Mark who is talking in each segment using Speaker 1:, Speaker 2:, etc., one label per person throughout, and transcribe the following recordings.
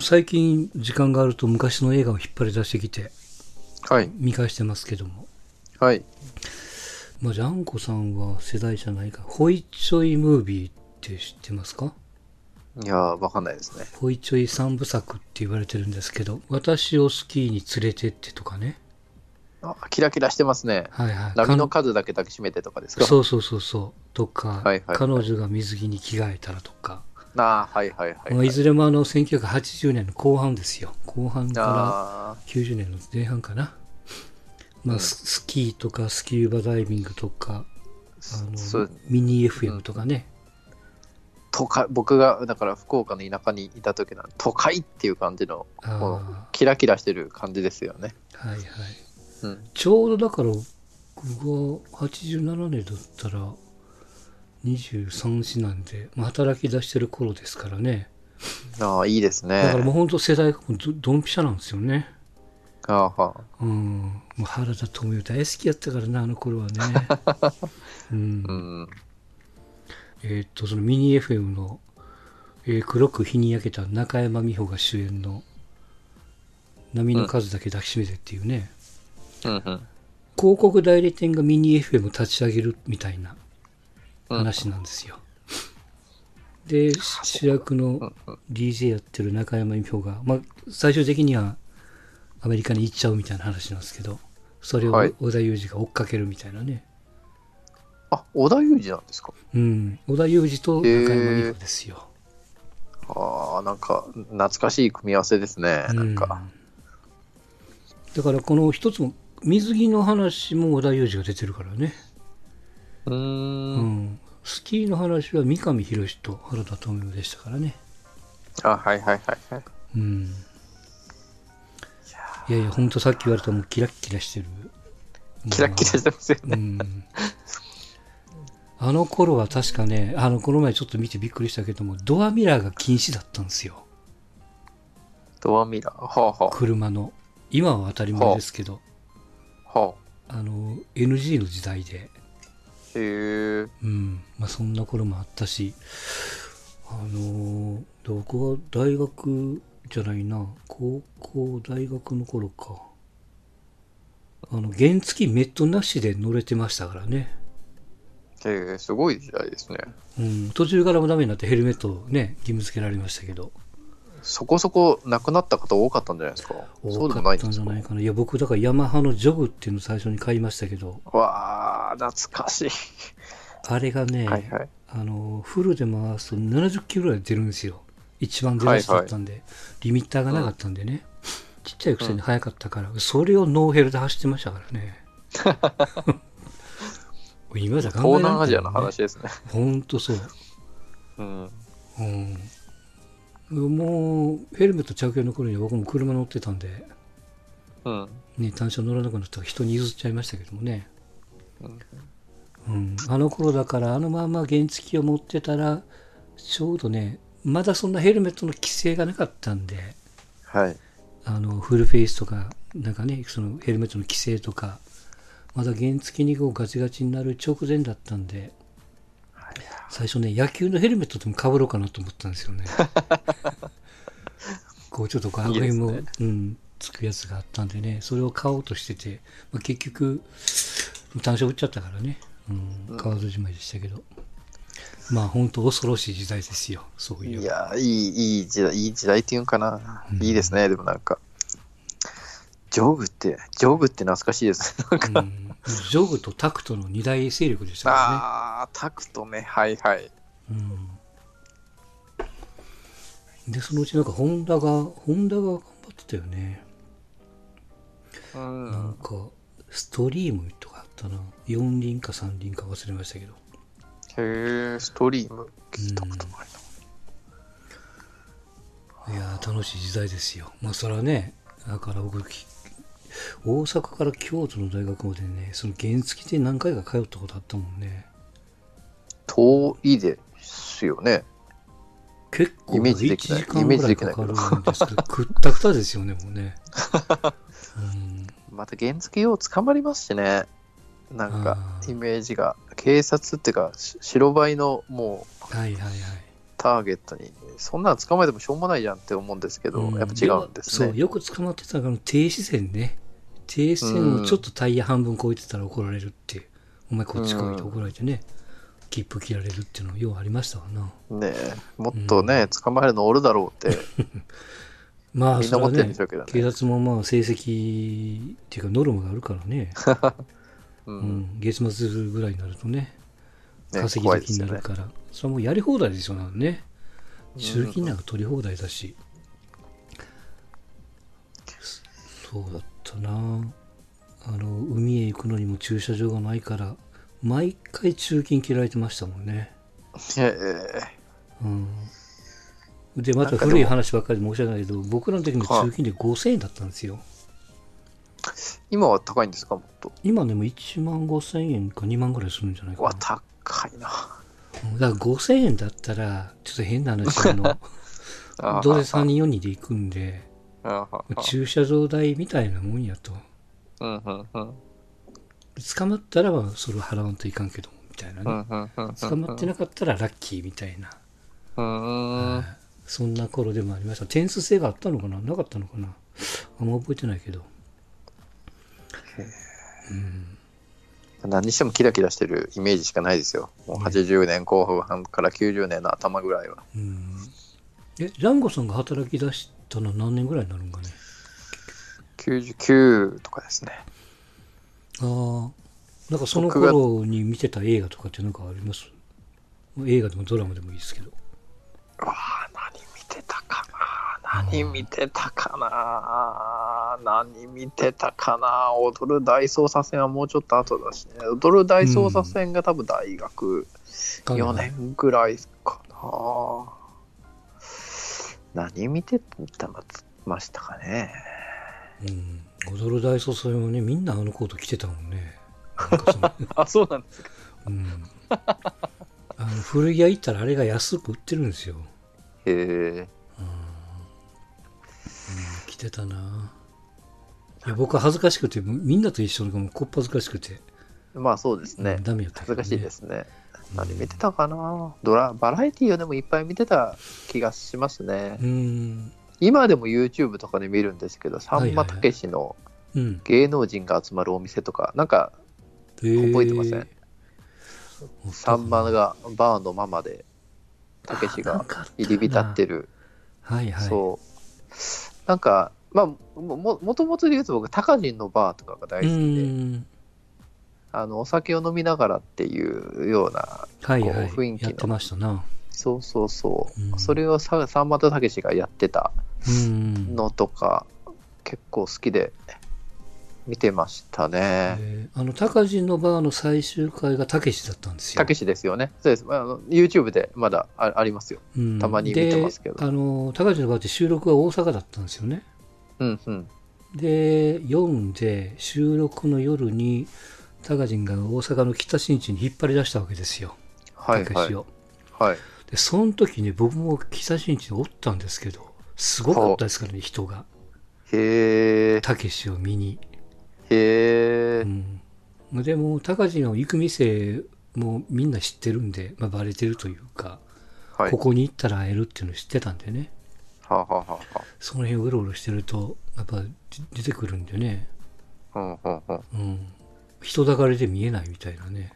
Speaker 1: 最近時間があると昔の映画を引っ張り出してきて
Speaker 2: はい。
Speaker 1: 見返してますけども。
Speaker 2: はい。
Speaker 1: まあ、ジャンコさんは世代じゃないか。ホイチョイムービーって知ってますか
Speaker 2: いやー、わかんないですね。
Speaker 1: ホイチョイ三部作って言われてるんですけど、私をスキーに連れてってとかね。
Speaker 2: あ、キラキラしてますね。
Speaker 1: はいはい。
Speaker 2: 波の数だけ抱きしめてとかですか
Speaker 1: そうそうそうそう。とか、
Speaker 2: はいはい
Speaker 1: 彼女が水着に着替えたらとか。
Speaker 2: あーはいはいはい、
Speaker 1: ま
Speaker 2: は
Speaker 1: あ、い
Speaker 2: い。
Speaker 1: ずれもあの1980年の後半ですよ。後半から
Speaker 2: あ
Speaker 1: 90年の前半かな。まあ、ススキーとかスキューバダイビングとか、あ
Speaker 2: ーそ
Speaker 1: の
Speaker 2: う
Speaker 1: ミニ FM とかね。
Speaker 2: 都会僕がだから福岡の田舎にいた時なん都会っていう感じの
Speaker 1: あ
Speaker 2: こ
Speaker 1: ー
Speaker 2: うキラキラしてる感じですよね、
Speaker 1: はいはい。
Speaker 2: うん、
Speaker 1: ちょうどだから、僕が87年だったら、23歳なんで、まあ、働き出してる頃ですからね。
Speaker 2: ああいいですね
Speaker 1: だからもう本当世代がどドンピシャなんですよね。
Speaker 2: ああはあ
Speaker 1: うん。もう原田知世大好きやったからな、あの頃はね。うん
Speaker 2: う。ん
Speaker 1: えーっと、そのミニ FM の、えー黒く日に焼けた中山美穂が主演の波の数だけ抱きしめてっていうね、
Speaker 2: うんうん
Speaker 1: 広告代理店がミニ FM を立ち上げるみたいな
Speaker 2: うん
Speaker 1: 話なんですよ。で、主役の DJ やってる中山美穂が、まあ、最終的にはアメリカに行っちゃうみたいな話なんですけど、それを
Speaker 2: はい
Speaker 1: 織田裕二が追っかけるみたいなね。
Speaker 2: あ織田裕二なんですか
Speaker 1: うん。織田裕二と中山美穂ですよ。
Speaker 2: ああなんか懐かしい組み合わせですね、なんか
Speaker 1: だからこの一つも水着の話も織田裕二が出てるからね、
Speaker 2: うー
Speaker 1: うんんスキーの話は三上博史と原田知世でしたからね、
Speaker 2: あはいはいはいはい
Speaker 1: うん、いやいやほんとさっき言われたもうキラッキラしてる
Speaker 2: キラッキラしてますよ
Speaker 1: う
Speaker 2: ね、
Speaker 1: んあの頃は確かねあのこの前ちょっと見てびっくりしたけどもドアミラーが禁止だったんですよ
Speaker 2: ドアミラーはあは
Speaker 1: 車の今は当たり前ですけど
Speaker 2: あはあ
Speaker 1: あの NG の時代で
Speaker 2: へえ
Speaker 1: うん、まあそんな頃もあったし、あのー僕は大学じゃないな、高校、大学の頃か。あの、原付きメットなしで乗れてましたからね。
Speaker 2: へえすごい時代ですね
Speaker 1: うん、途中からもダメになってヘルメットをね、義務付けられましたけど、
Speaker 2: そこそこ亡くなった方多かったんじゃないですかそ
Speaker 1: 多
Speaker 2: うで
Speaker 1: か
Speaker 2: もな
Speaker 1: っ
Speaker 2: いん
Speaker 1: た
Speaker 2: で
Speaker 1: んじ
Speaker 2: す
Speaker 1: ゃ
Speaker 2: か
Speaker 1: ないかな。いや、僕、だからヤマハのジョグっていうの最初に買いましたけど、
Speaker 2: わあ懐かしい
Speaker 1: あれがね、
Speaker 2: はいはい
Speaker 1: あのフルで回すと70キロぐらい出るんですよ一番出だしだったんで、リミッターがなかったんでね、ちっちゃいくせに速かったから、それをノーヘルで走ってましたからね 今じゃ考えられ
Speaker 2: 東
Speaker 1: ない
Speaker 2: 南アジアの話ですね
Speaker 1: ほんとそう、
Speaker 2: うん
Speaker 1: うん、もうヘルメット着用の頃には僕も車乗ってたんで、
Speaker 2: うん
Speaker 1: ね、単車乗らなくなったら人に譲っちゃいましたけどもね
Speaker 2: うん
Speaker 1: うん、あの頃だからあのまま原付きを持ってたらちょうどねまだそんなヘルメットの規制がなかったんで
Speaker 2: はい
Speaker 1: あのフルフェイスとかなんかねそのヘルメットの規制とかまだ原付きにこうガチガチになる直前だったんで最初ね野球のヘルメットでもかぶろうかなと思ったんですよ ねこうちょっとガーグも
Speaker 2: いいで
Speaker 1: うん、つくやつがあったんでねそれを買おうとしてて、まあ、結局単車売っちゃったからね、うん、買わずじまいでしたけど、まあ本当恐ろしい時代ですよそういう
Speaker 2: いやーいいいい時代いい時代っていうんかな、いいですねでもなんかジョグってジョグって懐かしいですなんか、
Speaker 1: うん、ジョグとタクトの二大勢力でしたか
Speaker 2: ああタクトねはいはい
Speaker 1: らね。うん、で、そのうちなんかホンダが、ホンダが頑張ってたよね。
Speaker 2: う
Speaker 1: なん
Speaker 2: ん
Speaker 1: か、ストリームとかあったな。四輪か三輪か忘れましたけど。
Speaker 2: へえストリーム聞いたことないない
Speaker 1: やー、楽しい時代ですよ。まあ、それはね、だから僕、き大阪から京都の大学までね、その原付で何回か通ったことあったもんね。
Speaker 2: 遠いですよね
Speaker 1: 結構
Speaker 2: イメージ
Speaker 1: 1
Speaker 2: できない
Speaker 1: 時間ぐらいかかるんですけど、くったくたですよね、もうね。うん、
Speaker 2: また原付よう捕まりますしねなんか
Speaker 1: あー
Speaker 2: イメージが警察っていうかし白バイのも
Speaker 1: はいはいはい。
Speaker 2: ターゲットに、そんなの捕まえてもしょうもないじゃんって思うんですけど、
Speaker 1: うん
Speaker 2: やっぱ違うんです
Speaker 1: そう、
Speaker 2: ね。
Speaker 1: よく捕まってたのが停止線ね。停止線をちょっとタイヤ半分超えてたら怒られるっていう。お前こっち来いって怒られてね。切符切られるっていうのはようありましたわな。
Speaker 2: ねえもっとね、捕まえるのおるだろうって、
Speaker 1: まあ、
Speaker 2: みん
Speaker 1: そ
Speaker 2: な
Speaker 1: れ
Speaker 2: 思
Speaker 1: は
Speaker 2: ってるん
Speaker 1: ね
Speaker 2: でしょうけどね
Speaker 1: 警察もまあ成績っていうかノルマがあるからね。
Speaker 2: う、
Speaker 1: うんん、月末ぐらいになるとね、
Speaker 2: ね
Speaker 1: 稼ぎ
Speaker 2: 怖いで
Speaker 1: 時
Speaker 2: す
Speaker 1: に
Speaker 2: よ
Speaker 1: なる
Speaker 2: ね。
Speaker 1: から、それはもうやり放題ですよなんね。
Speaker 2: ん
Speaker 1: 集金なんか取り放題だし。そそうだったな。あの、海へ行くのにも駐車場がないから、毎回中金切られてましたもんね。
Speaker 2: え
Speaker 1: うん。で、また古い話ばっかりで申し訳ないけど、僕らの時の中金で5000円だったんですよ。
Speaker 2: え今は高いんですか、もっと。
Speaker 1: 今でも1万5000円か2万ぐらいするんじゃないか
Speaker 2: うわ、
Speaker 1: な。
Speaker 2: 高いな。
Speaker 1: うんだから5000円だったら、ちょっと変な話、あの、
Speaker 2: ああ
Speaker 1: どうせ3人4人で行くんで、
Speaker 2: ああ
Speaker 1: 駐車場代みたいなもんやと。
Speaker 2: うんうんうん
Speaker 1: 捕まったらはそれを払わんといかんけど、みたいな
Speaker 2: う
Speaker 1: ね。
Speaker 2: んうんうん
Speaker 1: 捕まってなかったらラッキーみたいな。
Speaker 2: うんうん
Speaker 1: そんな頃でもありました。点数制があったのかななかったのかなあんま覚えてないけど。
Speaker 2: 何にしてもキラキラしてるイメージしかないですよ。もう80年後半から90年の頭ぐらいは。
Speaker 1: うん。え、ジャンゴさんが働き出したのは何年ぐらいになるんかね
Speaker 2: 99とかですね。
Speaker 1: ああ。なんかその頃に見てた映画とかってなんかあります映画でもドラマでもいいですけど。
Speaker 2: うわあ何見てたかな何見てたかな何見てたかな踊る大捜査線はもうちょっと後だしね。踊る大捜査線が多分大学4年ぐらいかな。何見てたましたかね。
Speaker 1: うん、踊る大捜査員はねみんなあのコート着てたもんねなんかその、
Speaker 2: あ、そうなんですか。
Speaker 1: うん、あの古着屋行ったらあれが安く売ってるんですよ、うん、
Speaker 2: へえ。
Speaker 1: 着てたないや僕は恥ずかしくてみんなと一緒のかもこっぱずかしくて、
Speaker 2: まあそうですね
Speaker 1: うん。ダメやった
Speaker 2: 恥ずかしいですすね。
Speaker 1: うん
Speaker 2: 何見てたかなドラ、バラエティーでもいっぱい見てた気がしますね。
Speaker 1: うん
Speaker 2: 今でも YouTube とかで見るんですけど、さ
Speaker 1: はい
Speaker 2: ん
Speaker 1: は
Speaker 2: ま
Speaker 1: い
Speaker 2: たけしの
Speaker 1: うん
Speaker 2: 芸能人が集まるお店とか、なんか覚えてませんさんまがバーのママで、たけしが入り浸って
Speaker 1: る
Speaker 2: る。
Speaker 1: はいはい
Speaker 2: そう。なんか、まあ、もももともとで言うと僕、タカジンのバーとかが大
Speaker 1: う
Speaker 2: 好きで、
Speaker 1: ん
Speaker 2: あのお酒を飲みながらっていうような、
Speaker 1: はいはい
Speaker 2: こう雰囲気の
Speaker 1: やってましたな
Speaker 2: そうそうそう、
Speaker 1: うん
Speaker 2: それをささんまとたけしがやってた
Speaker 1: うん
Speaker 2: のとか、結構好きで見てましたね。
Speaker 1: えーあの高人のバーの最終回がたけしだったんですよ
Speaker 2: たけしですよね。そうです。あの YouTube でまだあありますよ。
Speaker 1: うん
Speaker 2: たまに見てますけど
Speaker 1: であの高橋の場合って収録は大阪だったんですよね
Speaker 2: うんうん。
Speaker 1: で読んで収録の夜に高人が大阪の北新地に引っ張り出したわけですよ
Speaker 2: は
Speaker 1: 高
Speaker 2: い
Speaker 1: 橋を、
Speaker 2: はい。はい、
Speaker 1: でその時ね僕も北新地におったんですけどすごかったですからね人が
Speaker 2: へえ、
Speaker 1: たけしを見に、
Speaker 2: へ
Speaker 1: う
Speaker 2: え、
Speaker 1: ん、でも高人の行く店もみんな知ってるんで、まあ、バレてるというか、
Speaker 2: はい。
Speaker 1: ここに行ったら会えるっていうのを知ってたんでね
Speaker 2: はあ、はあはあは
Speaker 1: その辺をうろうろしてるとやっぱ出てくるんでね
Speaker 2: あ、うんうんうん。
Speaker 1: うん、人だかりで見えないみたいなね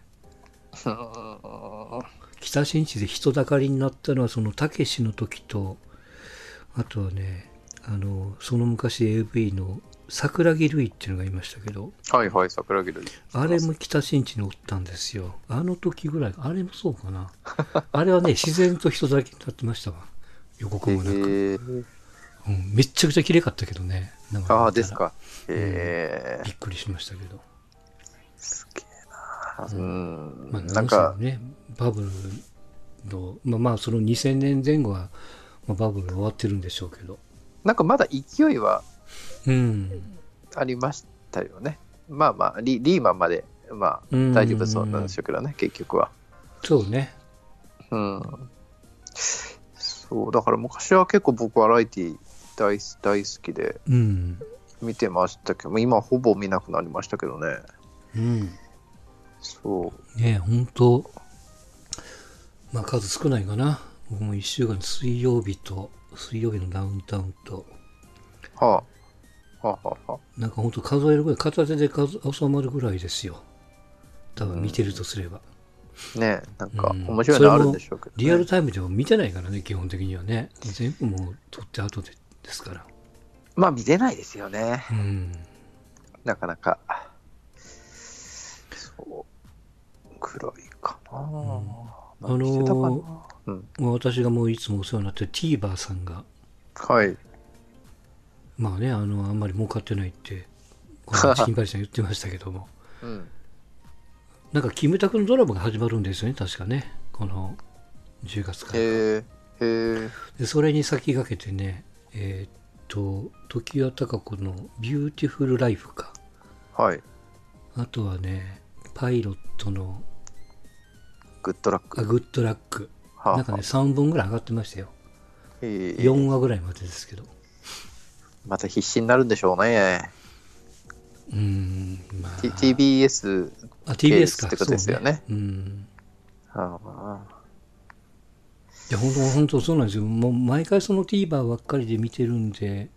Speaker 1: 北新地で人だかりになったのはそのたけしの時とあとはねあのその昔 AV の桜木類っていうのがいましたけど
Speaker 2: はいはい、桜木瑠璃。
Speaker 1: あれも北新地におったんですよあの時ぐらいあれもそうかな あれはね自然と人だらけになってましたわ予告もなく、
Speaker 2: へえ、
Speaker 1: うん、めっちゃくちゃ綺麗かったけどね生で見たら
Speaker 2: ああ、ですか。へえ
Speaker 1: び、っくりしましたけど
Speaker 2: すげえな。うん、
Speaker 1: まあ、
Speaker 2: な
Speaker 1: なんん
Speaker 2: か
Speaker 1: か、ねバブルの、まあ、まあその2000年前後は、まあ、バブル終わってるんでしょうけど
Speaker 2: なんかまだ勢いは
Speaker 1: うん
Speaker 2: ありましたよね。まあまあ、リリーマンまで、まあ、大丈夫そうなんでしょうけどね、結局は。
Speaker 1: そうね
Speaker 2: うんそう、だから昔は結構僕バラエティ大好大好きで
Speaker 1: うん
Speaker 2: 見てましたけど、今はほぼ見なくなりましたけどね。
Speaker 1: うん
Speaker 2: そう。
Speaker 1: ね本当まあ数少ないかな僕も1週間水曜日と、水曜日のダウンタウンと、
Speaker 2: はあ。はあはあは
Speaker 1: なんかほんと数えるぐらい、片手で数収まるぐらいですよ。多分見てるとすれば。
Speaker 2: あ。ねえ、なんか
Speaker 1: うん
Speaker 2: 面白いのあるんでしょうけど、ね
Speaker 1: リアルタイムでも見てないからね、基本的にはね。全部もう撮って後でですから。
Speaker 2: まあ見れないですよね。
Speaker 1: うん。
Speaker 2: なかなか。そう。くらいかな。
Speaker 1: あのー
Speaker 2: 見てたかなうん。
Speaker 1: まあ私がもういつもお世話になってる TVer さんが、
Speaker 2: はい。
Speaker 1: まあね、あの、あんまり儲かってないって、こ のチキンパリさん言ってましたけども。
Speaker 2: うん。
Speaker 1: なんか、キムタクのドラマが始まるんですよね、確かね。この10月から。
Speaker 2: へえ。へえ。
Speaker 1: でそれに先駆けてね、えーっと、常盤貴子のビューティフルライフか。
Speaker 2: はい。
Speaker 1: あとはね、パイロットの
Speaker 2: グッドラック。
Speaker 1: あグッドラック。
Speaker 2: はあ
Speaker 1: なんかね、3本ぐらい上がってましたよ。
Speaker 2: ええ
Speaker 1: 4話ぐらいまでですけど。
Speaker 2: また必死になるんでしょうね。
Speaker 1: うーん、まあ。
Speaker 2: T- TBS。
Speaker 1: あ、TBS か。
Speaker 2: ってことですよね
Speaker 1: そううん。
Speaker 2: ああ
Speaker 1: いや、本当本当そうなんですよ。もう毎回その TVer ばっかりで見てるんで、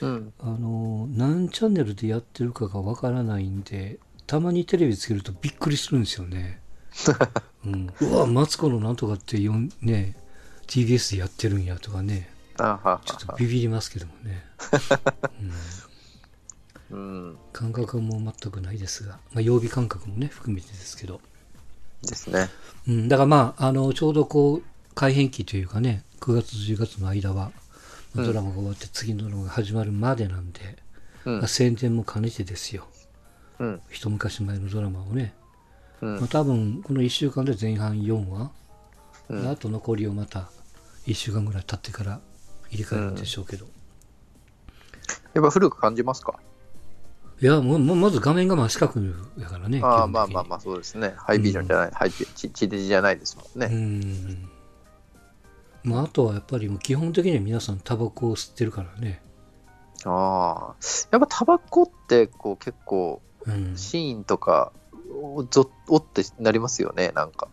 Speaker 2: うん。
Speaker 1: あの、何チャンネルでやってるかがわからないんで、たまにテレビつけるとびっくりするんですよね。うん、うわ、マツコのなんとかってよん、ね、TBS でやってるんやとかね、
Speaker 2: あはは
Speaker 1: ちょっとビビりますけどもね。うん
Speaker 2: うん。
Speaker 1: 感覚はもう全くないですが、まあ、曜日感覚もね、含めてですけど。
Speaker 2: ですね。
Speaker 1: うん、だからまあ、あの、ちょうどこう、改変期というかね、9月、10月の間は、まあドラマが終わって次のドラマが始まるまでなんで、
Speaker 2: うん
Speaker 1: まあ、。宣伝も兼ねてですよ。
Speaker 2: うん。
Speaker 1: 一昔前のドラマをね。
Speaker 2: うん
Speaker 1: まあ、多分、この1週間で前半4話、
Speaker 2: うん
Speaker 1: あと残りをまた1週間ぐらい経ってから入れ替えるんでしょうけど。
Speaker 2: やっぱ古く感じますか
Speaker 1: いや、もう、もうまず画面が真四角だからね。
Speaker 2: ああ、
Speaker 1: 基本的に
Speaker 2: まあまあまあ、そうですね。ハイビジョンじゃない、ハイビチチデジじゃないですもん
Speaker 1: う
Speaker 2: ね。
Speaker 1: んまあ、あとはやっぱりもう基本的には皆さんタバコを吸ってるからね。
Speaker 2: ああ。やっぱタバコって、こう結構、
Speaker 1: うん、
Speaker 2: シーンとか、おぞおってなりますよね、なんか。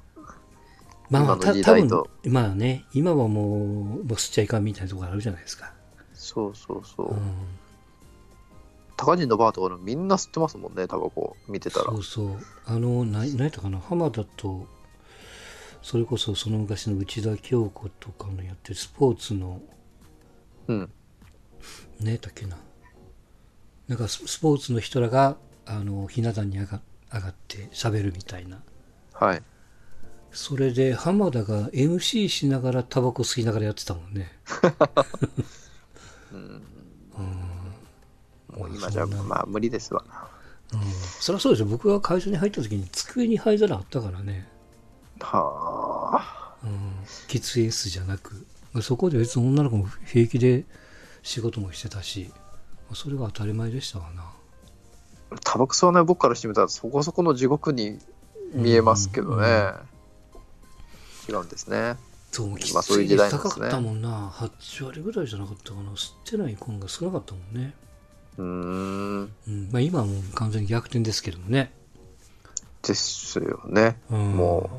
Speaker 1: まあまあ、
Speaker 2: 今の
Speaker 1: た
Speaker 2: 時
Speaker 1: 多
Speaker 2: 代
Speaker 1: 分
Speaker 2: と
Speaker 1: まあね、今はもうもう吸っちゃいかんみたいなところあるじゃないですか。
Speaker 2: そうそうそう。
Speaker 1: うん、
Speaker 2: 高人のバーとかでもみんな吸ってますもんね、タバコ見てたら
Speaker 1: そ。うそう。あの、な何やったかな、浜田と、それこそその昔の内田京子とかのやってるスポーツの、
Speaker 2: うん。
Speaker 1: ねだっけな。なんかススポーツの人らが、あの、ひな壇に上が上がって喋るみたいな。
Speaker 2: はい。
Speaker 1: それで浜田が MC しながらタバコ吸いながらやってたもんね。
Speaker 2: もう今じゃ、まあ無理ですわ。
Speaker 1: うん、そりゃそうですよ。僕が会社に入った時に机に灰皿あったからね。
Speaker 2: はあ。
Speaker 1: うん、喫煙室じゃなく。まあそこで別に女の子も平気で仕事もしてたし、まあそれが当たり前でしたわな。
Speaker 2: タバコ吸わない僕からしてみたらそこそこの地獄に見えますけどね、
Speaker 1: うん
Speaker 2: 違うんですね
Speaker 1: そう、喫
Speaker 2: まあそういう
Speaker 1: 煙
Speaker 2: 時代
Speaker 1: 率
Speaker 2: なんで
Speaker 1: 高
Speaker 2: すね
Speaker 1: かったもんな。8割ぐらいじゃなかったかな。吸ってない子が少なかったもんね。
Speaker 2: うーん
Speaker 1: うん、まあ今はもう完全に逆転ですけどもね。
Speaker 2: ですよね
Speaker 1: うん、
Speaker 2: も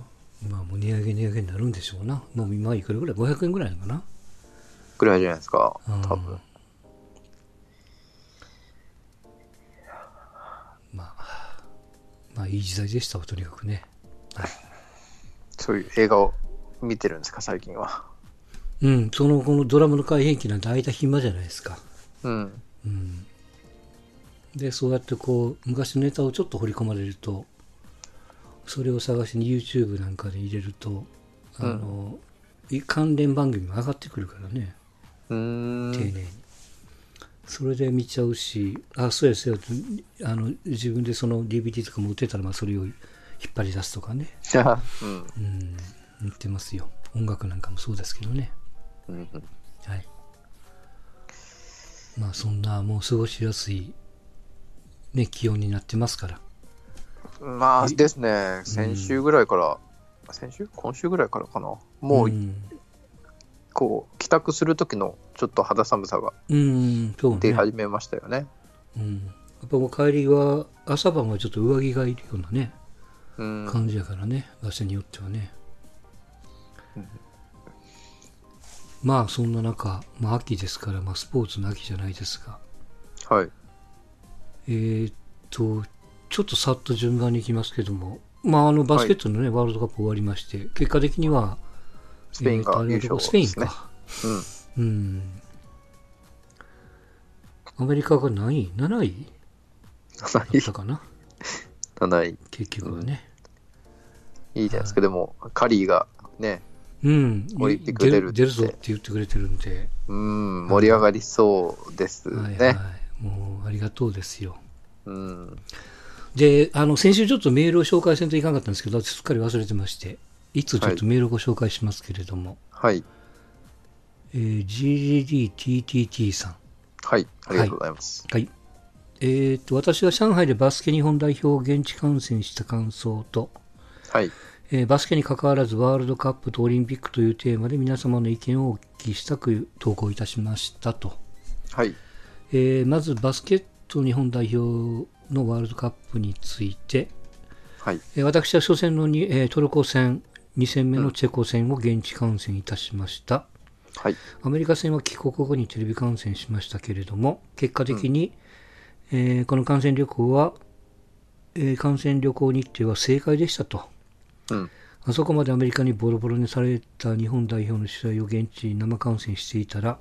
Speaker 1: う。まあもう値上げ値上げになるんでしょうな。もう今いくらぐらい ?500 円ぐらいなのかな。
Speaker 2: ぐらいじゃないですか
Speaker 1: うん
Speaker 2: 多分
Speaker 1: まあ、まあいい時代でしたわ、とにかくね。
Speaker 2: そういう映画を見てるんですか最近は
Speaker 1: うん、その、このドラマの改変期なんて間暇じゃないですか。
Speaker 2: うん
Speaker 1: うん。で、そうやってこう、昔のネタをちょっと掘り込まれると、それを探しに YouTube なんかで入れると、あの、い関連番組も上がってくるからね、
Speaker 2: うーん
Speaker 1: 丁寧に。それで見ちゃうし、あ、そうやそうやと、あの、自分でその DVD とか持ってたら、まあそれを引っ張り出すとかね。
Speaker 2: うん
Speaker 1: うん、言ってますよ。音楽なんかもそうですけどね。
Speaker 2: うんうん
Speaker 1: はい。まあそんなもう過ごしやすい、ね、気温になってますから。
Speaker 2: まあですね先週ぐらいから、先週今週ぐらいからかなも
Speaker 1: う
Speaker 2: う
Speaker 1: ん、
Speaker 2: こう帰宅する時のちょっと肌寒さが
Speaker 1: うん、そうね。
Speaker 2: 出始めましたよね
Speaker 1: うん。やっぱもう帰りは、朝晩はちょっと上着がいるようなね、
Speaker 2: うん
Speaker 1: 感じやからね、場所によってはね。まあそんな中、まあ、秋ですから、まあ、スポーツの秋じゃないですが、
Speaker 2: はい。
Speaker 1: えーっと、ちょっとさっと順番にいきますけども、まあ、あのバスケットの、ねワールドカップ終わりまして、結果的には、
Speaker 2: スペイン
Speaker 1: えーっ
Speaker 2: が
Speaker 1: とあれ
Speaker 2: 優
Speaker 1: のとこ
Speaker 2: 勝
Speaker 1: スペイ
Speaker 2: で
Speaker 1: ン
Speaker 2: すね。
Speaker 1: か。
Speaker 2: うん。
Speaker 1: うん。アメリカが何位 ?7 位
Speaker 2: 7
Speaker 1: だったかな、
Speaker 2: 位、7位。
Speaker 1: 結局はね。
Speaker 2: いいじゃない ですか。でも、カリーがね、
Speaker 1: うん、
Speaker 2: オリンピック出るって
Speaker 1: 出るぞって言ってくれてるんで、
Speaker 2: うん、盛り上がりそうです
Speaker 1: はいはい
Speaker 2: ね。、
Speaker 1: もうありがとうですよ。
Speaker 2: うん。
Speaker 1: で、あの、先週ちょっとメールを紹介せんといかんかったんですけど、すっかり忘れてまして、いつちょっとメールをご紹介しますけれども、
Speaker 2: はい。
Speaker 1: えー GGDTTT さん。
Speaker 2: はい。ありがとうございます。
Speaker 1: はい。えーっと、私が上海でバスケ日本代表を現地観戦した感想と、
Speaker 2: はい。
Speaker 1: えーバスケに関わらずワールドカップとオリンピックというテーマで皆様の意見をお聞きしたく投稿いたしましたと。
Speaker 2: はい。
Speaker 1: えーまずバスケット日本代表のワールドカップについて、
Speaker 2: はい。
Speaker 1: えー私は初戦のに、えートルコ戦、2戦目のチェコ戦を現地観戦いたしました。
Speaker 2: はい。
Speaker 1: アメリカ戦は帰国後にテレビ観戦しましたけれども、結果的に、えーこの感染旅行は、えー感染旅行日程は正解でしたと。
Speaker 2: うん。
Speaker 1: あそこまでアメリカにボロボロにされた日本代表の試合を現地に生観戦していたら、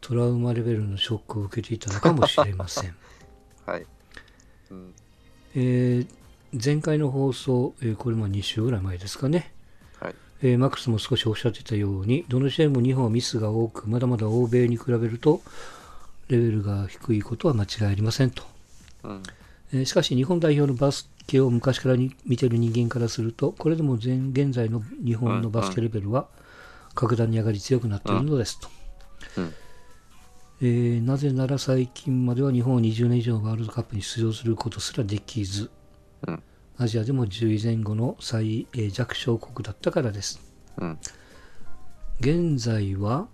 Speaker 1: トラウマレベルのショックを受けていたのかもしれま せん。
Speaker 2: はい。うん。
Speaker 1: えー前回の放送、えーこれまあ2週ぐらい前ですかね、
Speaker 2: はい。
Speaker 1: えーマックスも少しおっしゃってたように、どの試合も日本はミスが多く、まだまだ欧米に比べるとレベルが低いことは間違いありませんと。
Speaker 2: うん。
Speaker 1: えーしかし日本代表のバスケを昔からに見てる人間からするとこれでも前現在の日本のバスケレベルは格段に上がり強くなっているのですと、
Speaker 2: うんうん
Speaker 1: えーなぜなら最近までは日本は20年以上ワールドカップに出場することすらできず、
Speaker 2: うん
Speaker 1: アジアでも10位前後の最、えー弱小国だったからです
Speaker 2: うん。
Speaker 1: 現在は、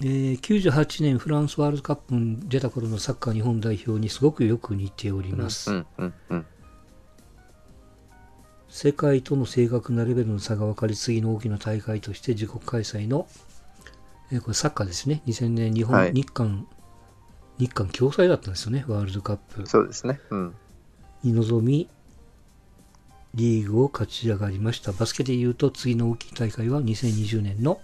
Speaker 1: えー98年フランスワールドカップに出た頃のサッカー日本代表にすごくよく似ております、
Speaker 2: うん。うん。うん。
Speaker 1: 世界との正確なレベルの差が分かり次の大きな大会として自国開催の、えーこれサッカーですね2000年日本、
Speaker 2: はい
Speaker 1: 日韓日韓共催だったんですよねワールドカップ
Speaker 2: そうですね。うん。
Speaker 1: に臨みリーグを勝ち上がりましたバスケでいうと次の大きい大会は2020年の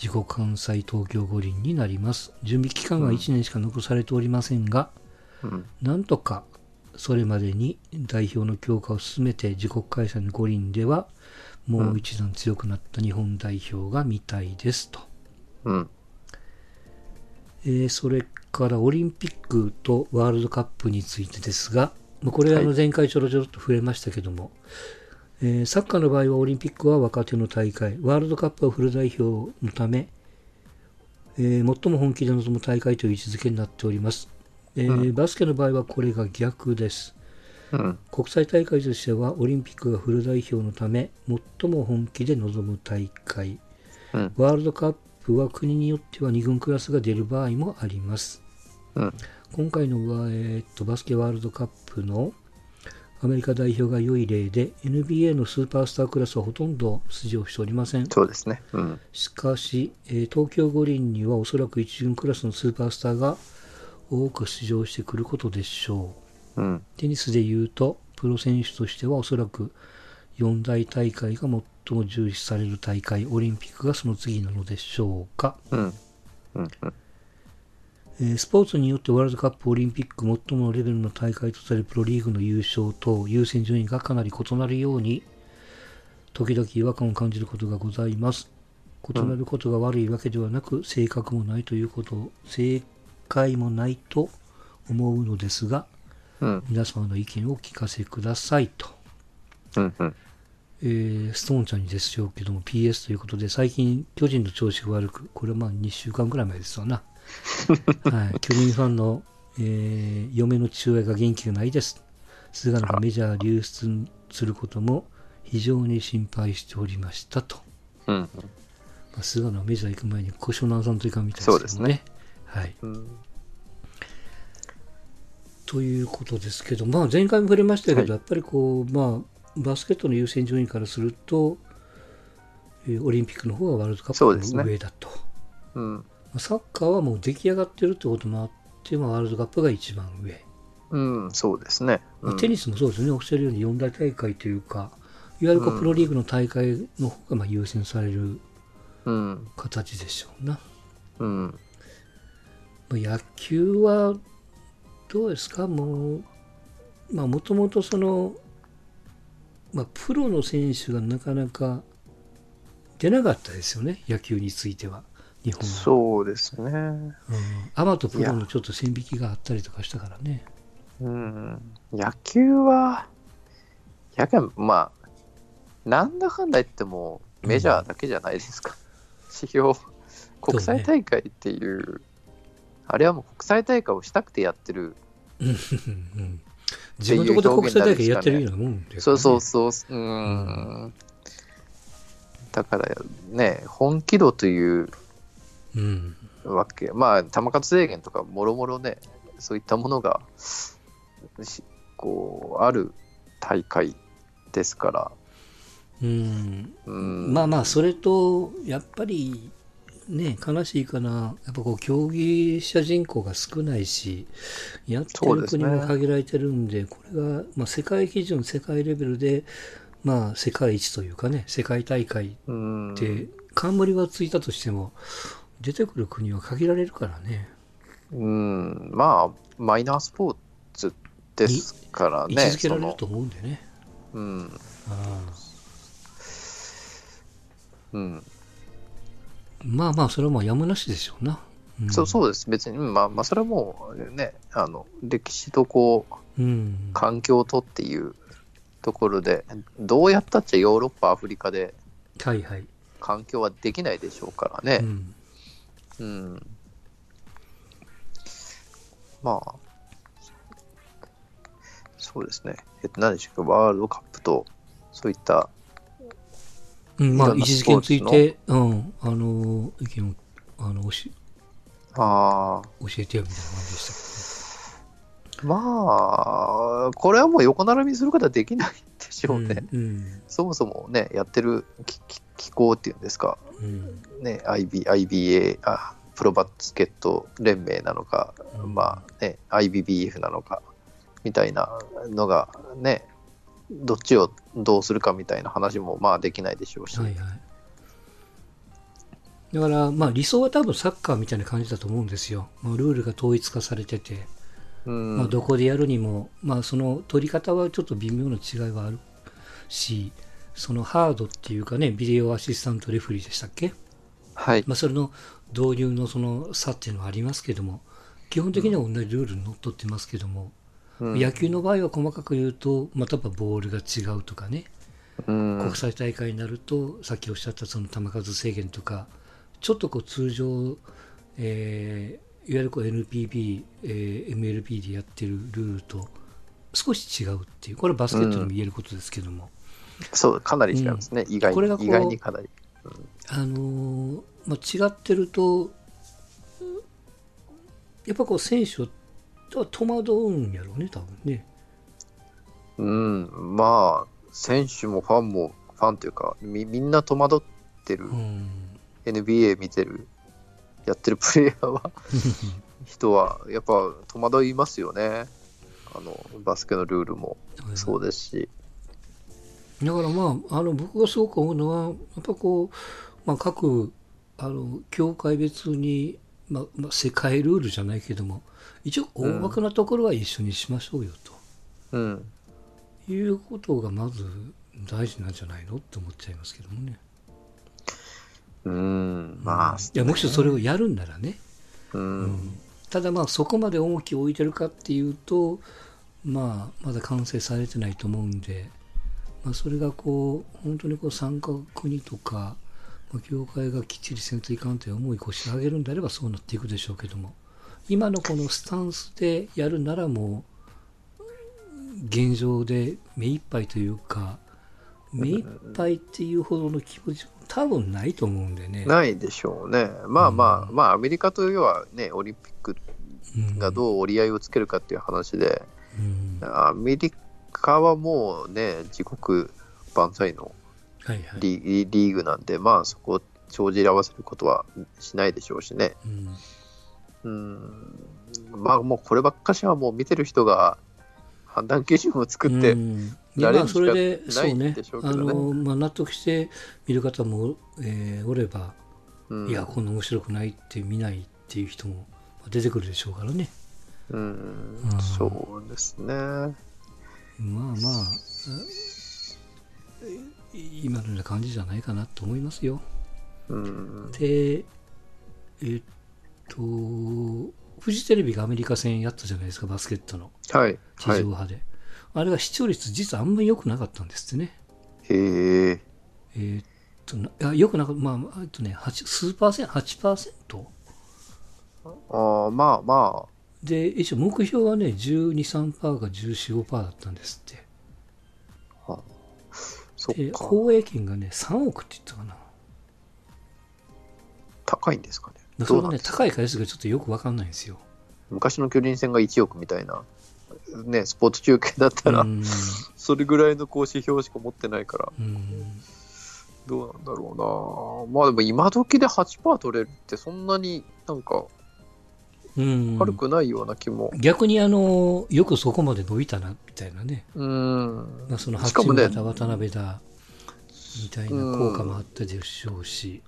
Speaker 1: 自国関西東京五輪になります準備期間は1年しか残されておりませんが、
Speaker 2: うん。
Speaker 1: なんとかそれまでに代表の強化を進めて自国開催の五輪ではもう一段強くなった日本代表が見たいですと、
Speaker 2: うん。
Speaker 1: えーそれからオリンピックとワールドカップについてですがまあこれ
Speaker 2: はい
Speaker 1: あの前回ちょろちょろっと触れましたけども、えーサッカーの場合はオリンピックは若手の大会ワールドカップはフル代表のため、えー最も本気で臨む大会という位置づけになっております、えーバスケの場合はこれが逆です
Speaker 2: うん。
Speaker 1: 国際大会としてはオリンピックがフル代表のため最も本気で臨む大会
Speaker 2: うん。
Speaker 1: ワールドカップは国によっては2軍クラスが出る場合もあります
Speaker 2: うん。
Speaker 1: 今回のは、えーっとバスケワールドカップのアメリカ代表が良い例で NBA のスーパースタークラスはほとんど出場しておりません
Speaker 2: そうですね。うん。
Speaker 1: しかし、えー東京五輪にはおそらく1軍クラスのスーパースターが多く出場してくることでしょう
Speaker 2: うん。
Speaker 1: テニスで言うと、プロ選手としてはおそらく四大大会が最も重視される大会、オリンピックがその次なのでしょうか。
Speaker 2: うん。うん。
Speaker 1: えースポーツによってワールドカップ、オリンピック、最もレベルの大会とされるプロリーグの優勝と優先順位がかなり異なるように、時々違和感を感じることがございます。異なることが悪いわけではなく、正確もないということ、正解もないと思うのですが、
Speaker 2: うん。
Speaker 1: 皆様の意見をお聞かせくださいと。
Speaker 2: うん。うん。
Speaker 1: えーストーンちゃんにですよけども PS ということで最近巨人の調子が悪くこれはまあ2週間ぐらい前ですわ な、はい、巨人ファンの、えー嫁の父親が元気がないです菅野がメジャー流出することも非常に心配しておりましたと、
Speaker 2: うん。
Speaker 1: まあ、菅野はメジャー行く前に故障なさんといかんみたいですけどもねはい、
Speaker 2: うん。
Speaker 1: ということですけど、まあ、前回も触れましたけど、
Speaker 2: はい
Speaker 1: やっぱりこう、まあ、バスケットの優先順位からすると、えーオリンピックの方はワールドカ
Speaker 2: そうで
Speaker 1: ッ
Speaker 2: す
Speaker 1: プ
Speaker 2: ね
Speaker 1: の上だと、
Speaker 2: うん。
Speaker 1: まあサッカーはもう出来上がってるってこともあって、まあ、ワールドカップが一番上、
Speaker 2: うん、そうですね。
Speaker 1: まあ
Speaker 2: うん
Speaker 1: テニスもそうですよねおっしゃるように四大大会というかいわゆるこ
Speaker 2: う
Speaker 1: うんプロリーグの大会の方がまあ優先される
Speaker 2: うん。
Speaker 1: 形でしょうな、
Speaker 2: うん。
Speaker 1: まあ野球はどうですかもうまあもともとその、まあ、プロの選手がなかなか出なかったですよね野球については日本は
Speaker 2: そうですね。
Speaker 1: うん、アマとプロのちょっと線引きがあったりとかしたからね
Speaker 2: うん。野球は、野球は、まあ、なんだかんだ言っても、メジャーだけじゃないですか。指標、国際大会っていう、あれはもう国際大会をしたくてやってる。
Speaker 1: うんうん自分のとこで国際大会やってるようなもんだよね
Speaker 2: そうそうそう。うん。だからね、本気度という
Speaker 1: うん
Speaker 2: わけ。まあ、球数制限とか、もろもろね、そういったものが、しこう、ある大会ですから。
Speaker 1: うん
Speaker 2: うん、
Speaker 1: まあまあそれとやっぱりね悲しいかなやっぱこう競技者人口が少ないしやって
Speaker 2: そう
Speaker 1: る
Speaker 2: です
Speaker 1: 国
Speaker 2: ね
Speaker 1: も限られてるんでこれが、まあ、世界基準世界レベルでまあ世界一というかね世界大会
Speaker 2: うん、
Speaker 1: って冠はついたとしても出てくる国は限られるからね
Speaker 2: うん、まあ、マイナースポーツですから
Speaker 1: 位
Speaker 2: ね。
Speaker 1: 置づけられる
Speaker 2: そ
Speaker 1: と思うんでね
Speaker 2: のうん、
Speaker 1: ああ
Speaker 2: うん、
Speaker 1: まあまあそれはもうやむなしでしょうな、うん、
Speaker 2: そうそうです。別に、まあ、まあ、それはもうね、あの、歴史とこう、
Speaker 1: うん
Speaker 2: 環境とっていうところで、どうやったっちゃヨーロッパ、アフリカで
Speaker 1: はいはい、
Speaker 2: 環境はできないでしょうから
Speaker 1: う
Speaker 2: ね。
Speaker 1: ん、
Speaker 2: うん。まあ、そうですね。えっと、何でしょうか、ワールドカップと、そういった、
Speaker 1: うんま
Speaker 2: い
Speaker 1: あ
Speaker 2: ろん
Speaker 1: 位
Speaker 2: な
Speaker 1: 置づけについて、うん、あの意見をあの教
Speaker 2: ああ、
Speaker 1: え教えてよみたいな感じでし
Speaker 2: まあ、これはもう横並びにすることはできないでしたょう
Speaker 1: け
Speaker 2: ね。
Speaker 1: どうん
Speaker 2: そもそもね、やってるきき機構っていうんですか、
Speaker 1: うんうん
Speaker 2: ね、IB IBA あ、プロバスケット連盟なのか、
Speaker 1: うん
Speaker 2: まあね、IBBF なのかみたいなのがね、どっちをどうするかみたいな話もまあできないでしょうし、
Speaker 1: はいはいだからまあ理想は多分サッカーみたいな感じだと思うんですよ、まあ、ルールが統一化されてて、
Speaker 2: うん
Speaker 1: まあ、どこでやるにも、まあ、その取り方はちょっと微妙な違いはあるしそのハードっていうかねビデオアシスタントレフェリーでしたっけ
Speaker 2: はい、
Speaker 1: まあ、それの導入のその差っていうのはありますけども基本的には同じルールにのっとってますけども、
Speaker 2: うん
Speaker 1: 野球の場合は細かく言うと、まあ、やっぱボールが違うとかね、
Speaker 2: うん
Speaker 1: 国際大会になるとさっきおっしゃったその球数制限とかちょっとこう通常、えーいわゆるこう NPB、えー MLB でやってるルールと少し違うっていうこれはバスケットでも言えることですけども、
Speaker 2: そう、かなり違いますね、意外
Speaker 1: これがこ
Speaker 2: に、
Speaker 1: う
Speaker 2: 意外にかなり。
Speaker 1: あのーまあ、違ってるとやっぱこう選手は戸惑うんやろうね多分ね
Speaker 2: うん、まあ、選手もファンも、ファンというか、みみんな戸惑ってる
Speaker 1: う、ん
Speaker 2: NBA 見てる、やってる プレイヤーは、人は、やっぱ戸惑いますよね。あの、バスケのルールもそうですし。
Speaker 1: だからまああの僕がすごく思うのはやっぱこう、まあ、各あの協会別に、まあまあ、世界ルールじゃないけども一応大枠なところは一緒にしましょうよ
Speaker 2: うん。
Speaker 1: ということがまず大事なんじゃないのって思っちゃいますけどもね。
Speaker 2: うん、まあ、
Speaker 1: いやもしそれをやるんならね
Speaker 2: うん、
Speaker 1: ただまあそこまで重きを置いてるかっていうと、まあ、まだ完成されてないと思うんで、まあ、それがこう本当にこう参加国とか、まあ、業界がきっちりせんといかんという思いをしてあげるんであればそうなっていくでしょうけども今のこのスタンスでやるならもう現状で目いっぱいというか目いっぱいっていうほどの気持ちも多分ないと思うんでね。
Speaker 2: ないでしょうね。まあまあ、
Speaker 1: う
Speaker 2: まあ、アメリカというはね、オリンピック
Speaker 1: うん
Speaker 2: がどう折り合いをつけるかっていう話で、
Speaker 1: うん
Speaker 2: アメリカはもうね、自国万歳の
Speaker 1: はいはい。
Speaker 2: リリリーグなんで、まあそこを帳尻合わせることはしないでしょうしね。
Speaker 1: うん。
Speaker 2: うん、まあもうこればっかしはもう見てる人が判断基準を作って、
Speaker 1: うん
Speaker 2: やれ
Speaker 1: ま
Speaker 2: る
Speaker 1: あ
Speaker 2: し
Speaker 1: そ
Speaker 2: か
Speaker 1: れでそう
Speaker 2: ない
Speaker 1: ね
Speaker 2: んでしょうけ
Speaker 1: あ
Speaker 2: どね
Speaker 1: の、まあ、納得して見る方も、えーおれば、
Speaker 2: うん
Speaker 1: いやこんな面白くないって見ないっていう人も出てくるでしょうからね
Speaker 2: うん
Speaker 1: うん
Speaker 2: そうですね。
Speaker 1: まあまあえ今のような感じじゃないかなと思いますよ
Speaker 2: うん、
Speaker 1: でえっとフジテレビがアメリカ戦やったじゃないですかバスケットの
Speaker 2: はい、
Speaker 1: 地上
Speaker 2: はい。
Speaker 1: 波で、あれが視聴率実はあんまり良くなかったんですってね
Speaker 2: へえ、
Speaker 1: えーっとな、あよくなんかった、まあ、えっとね、8数パーセント、8%?
Speaker 2: ああ、まあま
Speaker 1: で、一応目標はね、12、3%か14、5%だったんですって。
Speaker 2: あ、そっ
Speaker 1: で、
Speaker 2: か、
Speaker 1: 放映権がね、3億って言ったかな。
Speaker 2: 高いんですかね。
Speaker 1: そ
Speaker 2: ど
Speaker 1: れ
Speaker 2: うな
Speaker 1: が
Speaker 2: ん
Speaker 1: ね、
Speaker 2: ですか
Speaker 1: 高い回数がちょっとよくわかんないんですよ。
Speaker 2: 昔の巨人戦が1億みたいな、ね、スポーツ中継だったら、
Speaker 1: うん
Speaker 2: それぐらいのこう指標しか持ってないから、
Speaker 1: うん
Speaker 2: どうなんだろうな。まあでも今時で8%取れるって、そんなになんか
Speaker 1: うん
Speaker 2: 悪くないような気も。
Speaker 1: 逆にあの、よくそこまで伸びたな、みたいなね。
Speaker 2: うん。
Speaker 1: まあ、その
Speaker 2: し
Speaker 1: 八
Speaker 2: かも
Speaker 1: 村
Speaker 2: ね
Speaker 1: だ、渡辺だ、みたいな効果もあったでしょうし。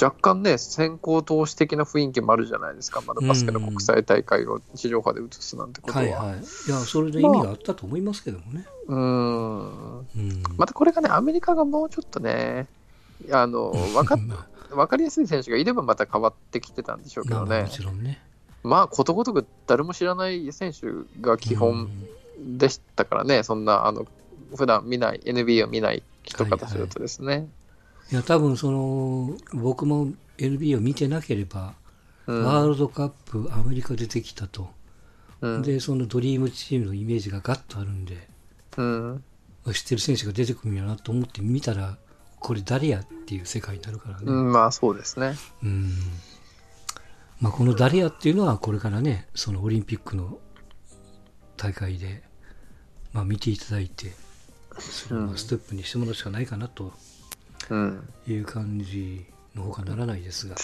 Speaker 2: 若干ね、先行投資的な雰囲気もあるじゃないですか、まだバスケの国際大会を地上波で移すなんてこと
Speaker 1: は
Speaker 2: は。
Speaker 1: いはい。いや、それで意味があったと思いますけどもね。
Speaker 2: うん。
Speaker 1: うん。
Speaker 2: またこれがね、アメリカがもうちょっとね、あの、わか
Speaker 1: まあ
Speaker 2: わかりやすい選手がいればまた変わってきてたんでしょうけ
Speaker 1: まあ
Speaker 2: ど
Speaker 1: まあ
Speaker 2: ね
Speaker 1: も。ちろんね。
Speaker 2: まあ、ことごとく誰も知らない選手が基本でしたからね、そんな、あの、普段見ない、NBA を見ない人からするとですね。
Speaker 1: いや多分その僕も NBA を見てなければ、
Speaker 2: うん
Speaker 1: ワールドカップアメリカ出てきたと、
Speaker 2: うん
Speaker 1: でそのドリームチームのイメージがガッとあるんで
Speaker 2: うん
Speaker 1: 知ってる選手が出てくるんやなと思って見たらこれ誰やっていう世界になるからね、
Speaker 2: うん、まあそうですね。
Speaker 1: うんまあ、この誰やっていうのはこれからねそのオリンピックの大会で、まあ、見ていただいてそれをまあステップにしてもらうしかないかなと
Speaker 2: うん。
Speaker 1: いう感じのほかならないですが。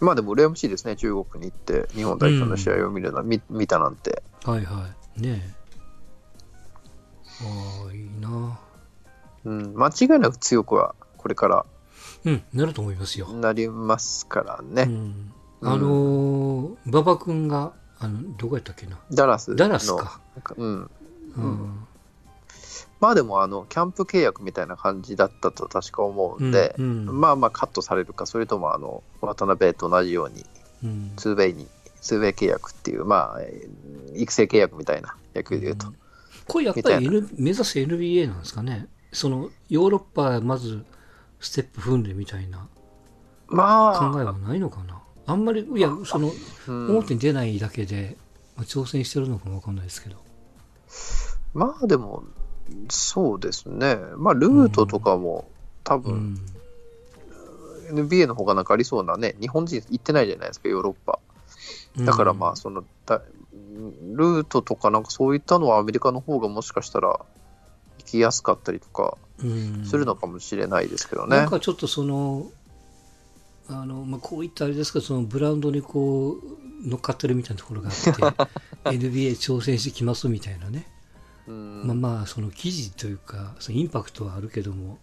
Speaker 2: まあでも羨ましいですね、中国に行って、日本代表の試合を見るな、見見たなんて。
Speaker 1: はいはいねえああいいな
Speaker 2: うん、間違いなく強くは、これか
Speaker 1: うんなると思いますよ、
Speaker 2: らなりますから
Speaker 1: う
Speaker 2: ね。
Speaker 1: ん、あのー馬場君があのどこやったっけな
Speaker 2: ダラスの。
Speaker 1: ダラスか、
Speaker 2: うん。
Speaker 1: うん
Speaker 2: まあでも、あの、キャンプ契約みたいな感じだったと確か思うんで、
Speaker 1: うんうん
Speaker 2: まあまあカットされるか、それとも、あの、渡辺と同じように、
Speaker 1: うん
Speaker 2: ツーベイに、ツーベイ契約っていう、まあ、えー育成契約みたいな、野球でいうと。
Speaker 1: これやっぱり、N、目指す NBA なんですかねそのヨーロッパまずステップ踏んでみたいな考
Speaker 2: ま
Speaker 1: えはないのかなあんまりいやその
Speaker 2: あ、うん
Speaker 1: 表に出ないだけで、まあ、挑戦してるのかもわかんないですけど
Speaker 2: まあでも、そうですね。まあ、ルートとかも、多
Speaker 1: う
Speaker 2: 分、
Speaker 1: ん
Speaker 2: NBA の方がなんかありそうなね、日本人行ってないじゃないですか、ヨーロッパ。だからまあ、その、だルートとかなんかそういったのはアメリカの方がもしかしたら行きやすかったりとか
Speaker 1: うん
Speaker 2: するのかもしれないですけど
Speaker 1: な
Speaker 2: ね
Speaker 1: ん。かちょっとその、あのまあ、こういったあれですけど、そのブランドにこう乗っかってるみたいなところがあ って、NBA 挑戦してきますみたいなね、
Speaker 2: うん
Speaker 1: まあまあ、その記事というか、そのインパクトはあるけども、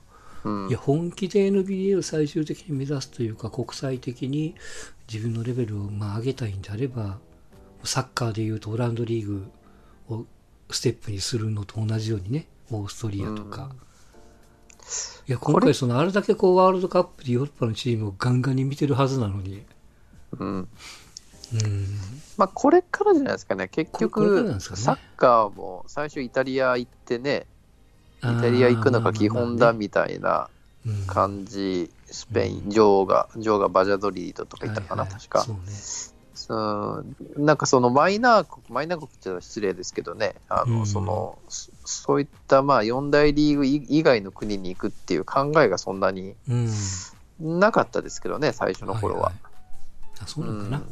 Speaker 2: うん
Speaker 1: いや、本気で NBA を最終的に目指すというか、国際的に自分のレベルをまあ上げたいんであれば、サッカーでいうとオランドリーグをステップにするのと同じようにね、オーストリアとか。いや、今
Speaker 2: これ
Speaker 1: 回そのあれだけこうワールドカップでヨーロッパのチームをガンガンに見てるはずなのに。
Speaker 2: うん
Speaker 1: うん。
Speaker 2: まあ、これからじゃないですかね、結
Speaker 1: これこれからなんで
Speaker 2: 局、
Speaker 1: すかね
Speaker 2: サッカーも最初イタリア行ってね、イタリア行くのが基本だみたいな
Speaker 1: 感
Speaker 2: 感じ、スペイン、女王が、女王がバジャドリードとか行ったかな、確か
Speaker 1: そ。うね。
Speaker 2: うんなんかそのマイナー国、マイナー国って言ったら失礼ですけどね、あ
Speaker 1: う
Speaker 2: の
Speaker 1: ん
Speaker 2: そのそそういったまあ四大リーグ以以外の国に行くっていう考えがそんなに
Speaker 1: うん。
Speaker 2: なかったですけどね、最初の頃は。
Speaker 1: いいあ、そうなのかな。
Speaker 2: うん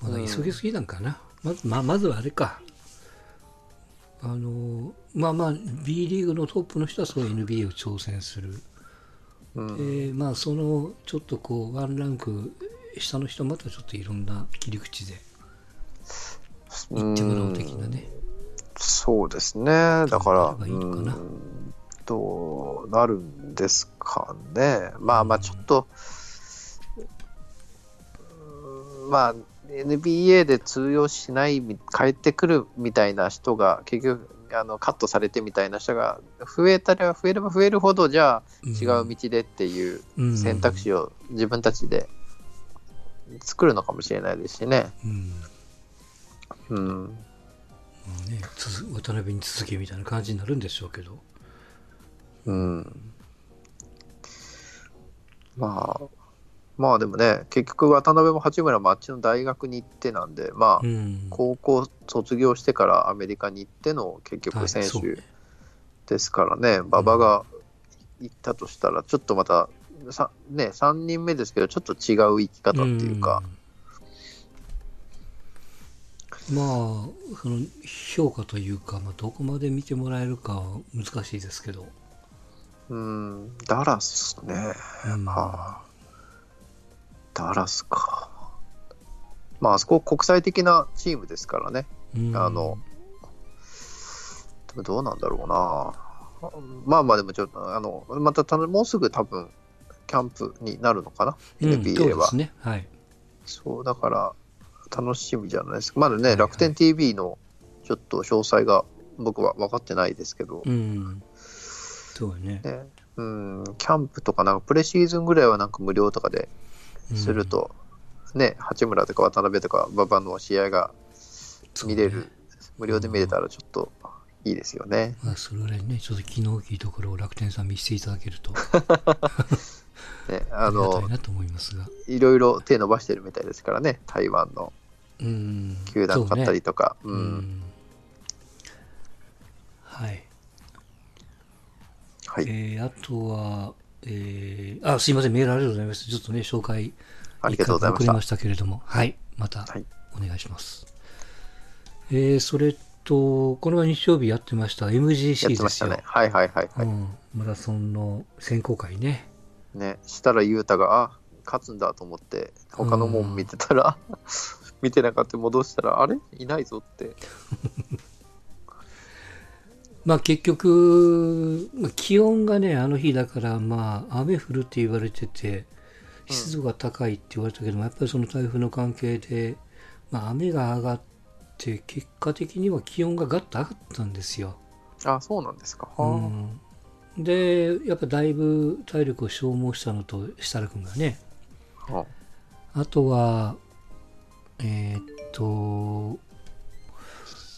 Speaker 1: まだ急ぎすぎなんかな。まず、まあ、まずはあれか。あの、まあまあ、B リーグのトップの人はそう NBA を挑戦する。
Speaker 2: うん。
Speaker 1: でまあそのちょっとこうワンランク下の人またちょっといろんな切り口で言ってもらう的なね
Speaker 2: そうですね。だから、
Speaker 1: 頑張ればいいのかな
Speaker 2: うんどうなるんですかね。まあまあ、ちょっと、うんまあ、NBA で通用しない、帰ってくるみたいな人が、結局、あのカットされてみたいな人が増えたら増えれば増えるほどじゃあ違う道でっていう
Speaker 1: うん
Speaker 2: 選択肢を自分たちで作るのかもしれないですしね。
Speaker 1: うん
Speaker 2: うん、
Speaker 1: まあね、つづ渡辺に続けみたいな感じになるんでしょうけど、
Speaker 2: うんまあ、まあでもね、結局渡辺も八村もあっちの大学に行ってなんで、まあ、
Speaker 1: うん、
Speaker 2: 高校卒業してからアメリカに行っての結
Speaker 1: は
Speaker 2: 局
Speaker 1: い
Speaker 2: 選
Speaker 1: そう
Speaker 2: 手
Speaker 1: ね
Speaker 2: ですからね、馬場が行ったとしたら、ちょっとまた、さね、3人目ですけど、ちょっと違う生き方っていうか、
Speaker 1: うんまあその評価というか、まあ、どこまで見てもらえるかは難しいですけど、
Speaker 2: うん、ダラスね、
Speaker 1: うん
Speaker 2: はあ、ダラスか。まあ、あそこ国際的なチームですからね。
Speaker 1: うん
Speaker 2: あのでもどうなんだろうな。まあまあでもちょっと、あの、またたのもうすぐ多分、キャンプになるのかな。
Speaker 1: うん
Speaker 2: NBA は
Speaker 1: そうですねはい
Speaker 2: そう、だから、楽しみじゃないですか。まだね、
Speaker 1: はい
Speaker 2: 楽天 TV のちょっと詳細が僕は分かってないですけど、
Speaker 1: うんそうだね
Speaker 2: ね、うん、キャンプとかなんかプレシーズンぐらいはなんか無料とかで
Speaker 1: うん
Speaker 2: すると、ね、八村とか渡辺とか馬場の試合が見
Speaker 1: そう
Speaker 2: れる、
Speaker 1: ね
Speaker 2: 無料で見れたらちょっといいですよね。
Speaker 1: まあそれぐらいねちょっと気の大きいところを楽天さん見せていただけると
Speaker 2: ね、
Speaker 1: ありがた
Speaker 2: あの
Speaker 1: い、なと思いますが
Speaker 2: いろいろ手伸ばしてるみたいですからね、台湾の
Speaker 1: うん
Speaker 2: 球団買ったりとか。う
Speaker 1: うんんはい、
Speaker 2: はい、
Speaker 1: えーあとは、えーあすいませんメールありがとうございますちょっとね紹介
Speaker 2: ありがとうございま
Speaker 1: 一回遅れま
Speaker 2: し
Speaker 1: したけれどもはいまた
Speaker 2: はい
Speaker 1: お願いします、えーそれとこの前日曜日やってました MGC
Speaker 2: た。や
Speaker 1: で
Speaker 2: ってますした
Speaker 1: よ
Speaker 2: ね。はいはいはいは
Speaker 1: うん、マラソンの選考会ね
Speaker 2: い。ね、したら雄太が、あ、勝つんだと思って、他のもん見てたら、見てなかった戻したら、あれいないぞって。
Speaker 1: まあ結局、まあ気温がね、あの日だから、まあ雨降るって言われてて、
Speaker 2: うん
Speaker 1: 湿度が高いって言われたけども、やっぱりその台風の関係で、まあ雨が上がって、結果的には気温がガッと上がったんですよ。
Speaker 2: あ、そうなんですか。
Speaker 1: う
Speaker 2: は
Speaker 1: んで、やっぱだいぶ体力を消耗したのと、設楽君がね。
Speaker 2: あは
Speaker 1: あとは、えーっと、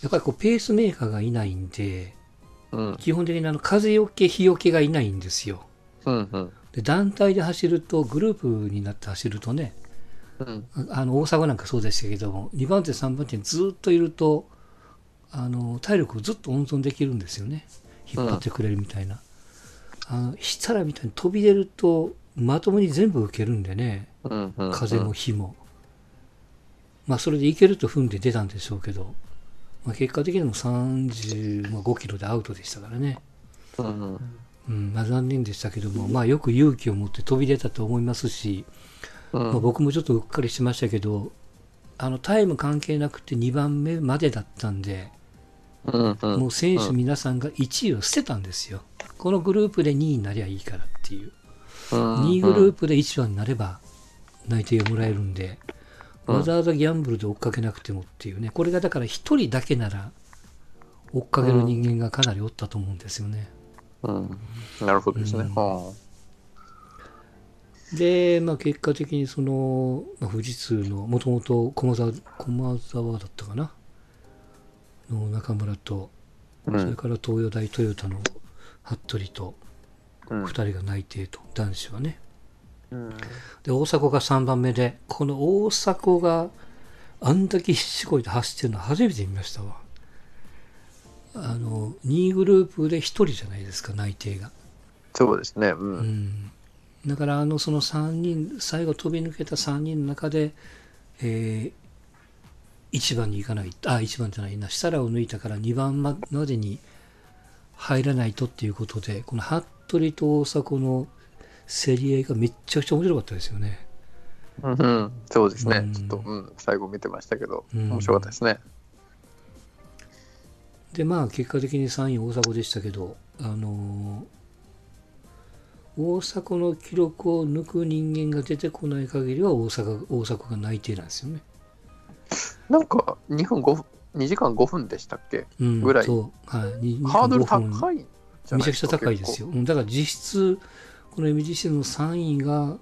Speaker 1: やっぱりこうペースメーカーがいないんで、
Speaker 2: あうん。
Speaker 1: 基本的にあの風よけ、日よけがいないんですよ。
Speaker 2: うんうん。
Speaker 1: で団体で走ると、グループになって走るとね、
Speaker 2: うん。
Speaker 1: ああの大阪なんかそうでしたけども、2番手、3番手にずっといると、あの体力をずっと温存できるんですよね、引っ張ってくれるみたいな。あのしたらみたいに飛び出ると、まともに全部受けるんでね、
Speaker 2: うんうん。
Speaker 1: 風も火も。まあ、それでいけると踏んで出たんでしょうけど、まあ、結果的にも35キロでアウトでしたからね。
Speaker 2: うんうん。
Speaker 1: うんまあ、残念でしたけども、まあ、よく勇気を持って飛び出たと思いますし、
Speaker 2: うん
Speaker 1: まあ、僕もちょっとうっかりしましたけどあのタイム関係なくて2番目までだったんで
Speaker 2: うんうん。
Speaker 1: もう選手皆さんが1位を捨てたんですよこのグループで2位になりゃいいからっていう
Speaker 2: うん
Speaker 1: 2位グループで1番になれば内定がもらえるんで
Speaker 2: うん
Speaker 1: わざわざギャンブルで追っかけなくてもっていうねこれがだから1人だけなら追っかける人間がかなりおったと思うんですよね。
Speaker 2: うん。なるほどですね。
Speaker 1: うん
Speaker 2: は
Speaker 1: で、まあ、結果的にその、まあ、富士通のもともと駒沢駒沢だったかなの中村と、
Speaker 2: あう
Speaker 1: それ
Speaker 2: ん。
Speaker 1: から東洋大トヨタの服部と
Speaker 2: うん
Speaker 1: 2人が内定と、男子はね
Speaker 2: うん。
Speaker 1: で大迫が3番目でこの大迫があんだけ必死こいて走ってるの初めて見ましたわあの2位グループで1人じゃないですか内定が
Speaker 2: そうですね。う。
Speaker 1: うんんだからあのその3人最後飛び抜けた3人の中で、え1番に行かないあ1番じゃないな設楽を抜いたから2番までに入らないとっていうことでこの服部と大迫の競り合いがめっちゃくちゃ面白かったですよね。
Speaker 2: うんうん、そうですね、
Speaker 1: うん
Speaker 2: ちょっと、うん、最後見てましたけど、
Speaker 1: うん
Speaker 2: 面白かったですね。
Speaker 1: で、まあ、結果的に3位大迫でしたけど、あのー大迫の記録を抜く人間が出てこない限りは大阪大迫が内定なんですよね。
Speaker 2: なんか2分5分、2時間5分でしたっけ
Speaker 1: うん、
Speaker 2: ぐらい
Speaker 1: そうはい、に
Speaker 2: ハードル
Speaker 1: にかごふん
Speaker 2: 高いんじゃ
Speaker 1: め
Speaker 2: な
Speaker 1: ちゃ
Speaker 2: いで
Speaker 1: く
Speaker 2: す
Speaker 1: ち
Speaker 2: か
Speaker 1: ゃ高いですよ。うんだから実質、この MGC の3位が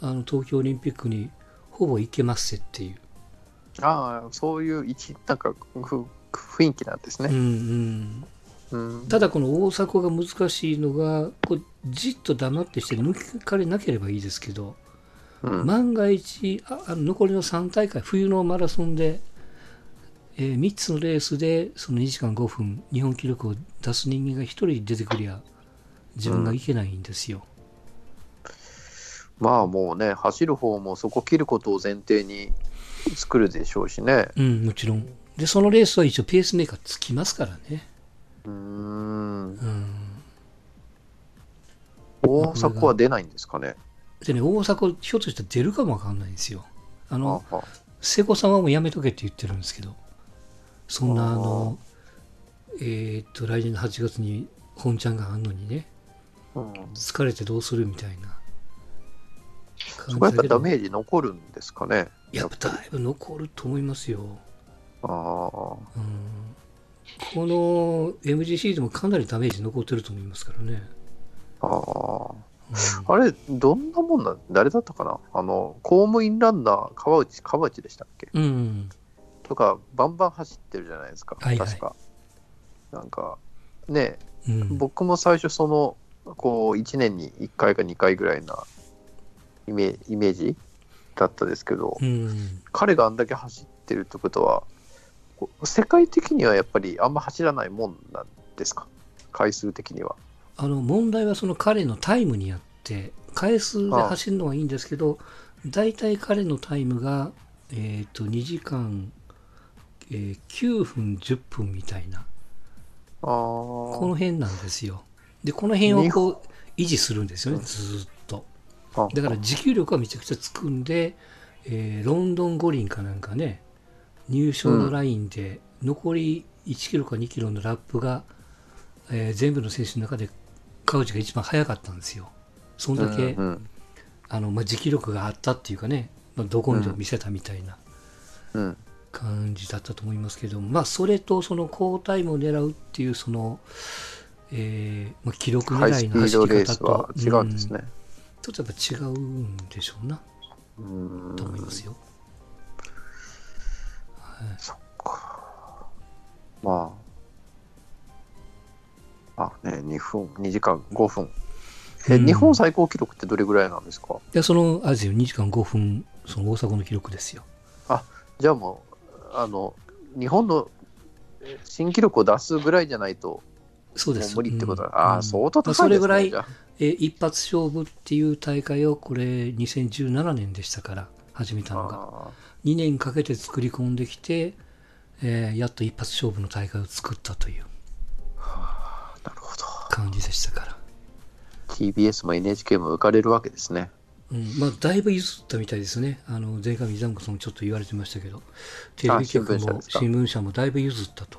Speaker 1: あの東京オリンピックにほぼ行けますせっていう。
Speaker 2: 結構ああ、そういう一なんかふ雰囲気なんです
Speaker 1: うん
Speaker 2: ね。
Speaker 1: うん、
Speaker 2: うん
Speaker 1: ただ、この大迫が難しいのが、こうじっと黙ってして抜かれなければいいですけど、
Speaker 2: うん
Speaker 1: 万が一、ああの残りの3大会、冬のマラソンで、え3つのレースでその2時間5分、日本記録を出す人間が1人出てくりゃ、自分がいけないんですよ。
Speaker 2: まあもうね、走る方もそこ切ることを前提に作るでしょうしね。
Speaker 1: うん、もちろん。で、そのレースは一応ペースメーカーつきますからね。
Speaker 2: うーん。
Speaker 1: うん。
Speaker 2: 大阪は出ないんですかね。
Speaker 1: でね、大阪、ひょっとしたら出るかもわかんないんですよ。あ
Speaker 2: あ
Speaker 1: の、
Speaker 2: あ
Speaker 1: 瀬古さんはもうやめとけって言ってるんですけど、そんな、
Speaker 2: あー
Speaker 1: あの、えーっと、来年の8月に本ちゃんがあんのにね、
Speaker 2: うん
Speaker 1: 疲れてどうするみたいな
Speaker 2: そ
Speaker 1: 感
Speaker 2: こは
Speaker 1: じ
Speaker 2: やっぱダ
Speaker 1: ど、
Speaker 2: メージ残るんですかね。
Speaker 1: やっぱだいぶ残ると思いますよ。
Speaker 2: ああ。
Speaker 1: うん。この MGC でもかなりダメージ残ってると思いますからね。
Speaker 2: あ
Speaker 1: うん
Speaker 2: ああれ、どんなもんなん誰だったかなあの、公務員ランナー、川内、川内でしたっけ
Speaker 1: うん。
Speaker 2: とか、バンバン走ってるじゃないですか、
Speaker 1: はいはい
Speaker 2: 確か。なんか、ね、
Speaker 1: うん、
Speaker 2: 僕も最初、その、こう、1年に1回か2回ぐらいなイメイメージだったですけど、
Speaker 1: うん。
Speaker 2: 彼があんだけ走ってるってことは、こう世界的にはやっぱりあんま走らないもんなんですか、回数的には。
Speaker 1: あの問題はその彼のタイムにあって回数で走るのはいいんですけど大体彼のタイムが、えー、と2時間、えー9分10分みたいな
Speaker 2: あー
Speaker 1: この辺なんですよでこの辺をこう維持するんですよねずーっと
Speaker 2: あ
Speaker 1: だから持久力はめちゃくちゃつくんで、えーロンドン五輪かなんかね入賞のラインで残り1キロか2キロのラップが、えー全部の選手の中で川内が一番速かったんですよそんだけ、
Speaker 2: うんうん
Speaker 1: あのまあ、持久力があったっていうかね、まあ、どこにでも見せたみたいな
Speaker 2: うん
Speaker 1: 感じだったと思いますけども、まあ、それとその交代も狙うっていうその、えーまあ、記録
Speaker 2: ハイ
Speaker 1: 狙
Speaker 2: ス
Speaker 1: い
Speaker 2: ピ
Speaker 1: の
Speaker 2: ー
Speaker 1: 走
Speaker 2: ド
Speaker 1: り
Speaker 2: レー
Speaker 1: 方
Speaker 2: スは
Speaker 1: と
Speaker 2: 違うんですね。
Speaker 1: ちょっとやっぱ違うんでしょうな
Speaker 2: うん
Speaker 1: と思いますよ。
Speaker 2: そっか。まあ。あね、2分、2時間5分。え、
Speaker 1: うん
Speaker 2: 日本最高記録ってどれぐらいなんですか
Speaker 1: で、その、あれですよ、2時間5分、その大阪の記録ですよ。
Speaker 2: じゃあもう、あの、日本のえ新記録を出すぐらいじゃないと、
Speaker 1: そう
Speaker 2: も
Speaker 1: で
Speaker 2: う
Speaker 1: す。
Speaker 2: 無理ってことだ。
Speaker 1: うん
Speaker 2: あ
Speaker 1: う
Speaker 2: あ、
Speaker 1: ん
Speaker 2: 相当高いです、ね、
Speaker 1: それぐらい
Speaker 2: じ、ゃあ
Speaker 1: えー一発勝負っていう大会を、これ、2017年でしたから、始めたのが。
Speaker 2: あ
Speaker 1: 2年かけて作り込んできて、えーやっと一発勝負の大会を作ったという
Speaker 2: ーなるほど。
Speaker 1: 感じでしたから。
Speaker 2: TBS も NHK も浮かれるわけですね。
Speaker 1: うん、まあ、だいぶ譲ったみたいですね。あの、前回水山子さんもちょっと言われてましたけど、テレビ局
Speaker 2: 新聞社で
Speaker 1: も
Speaker 2: すか
Speaker 1: 新聞社もだいぶ譲ったと。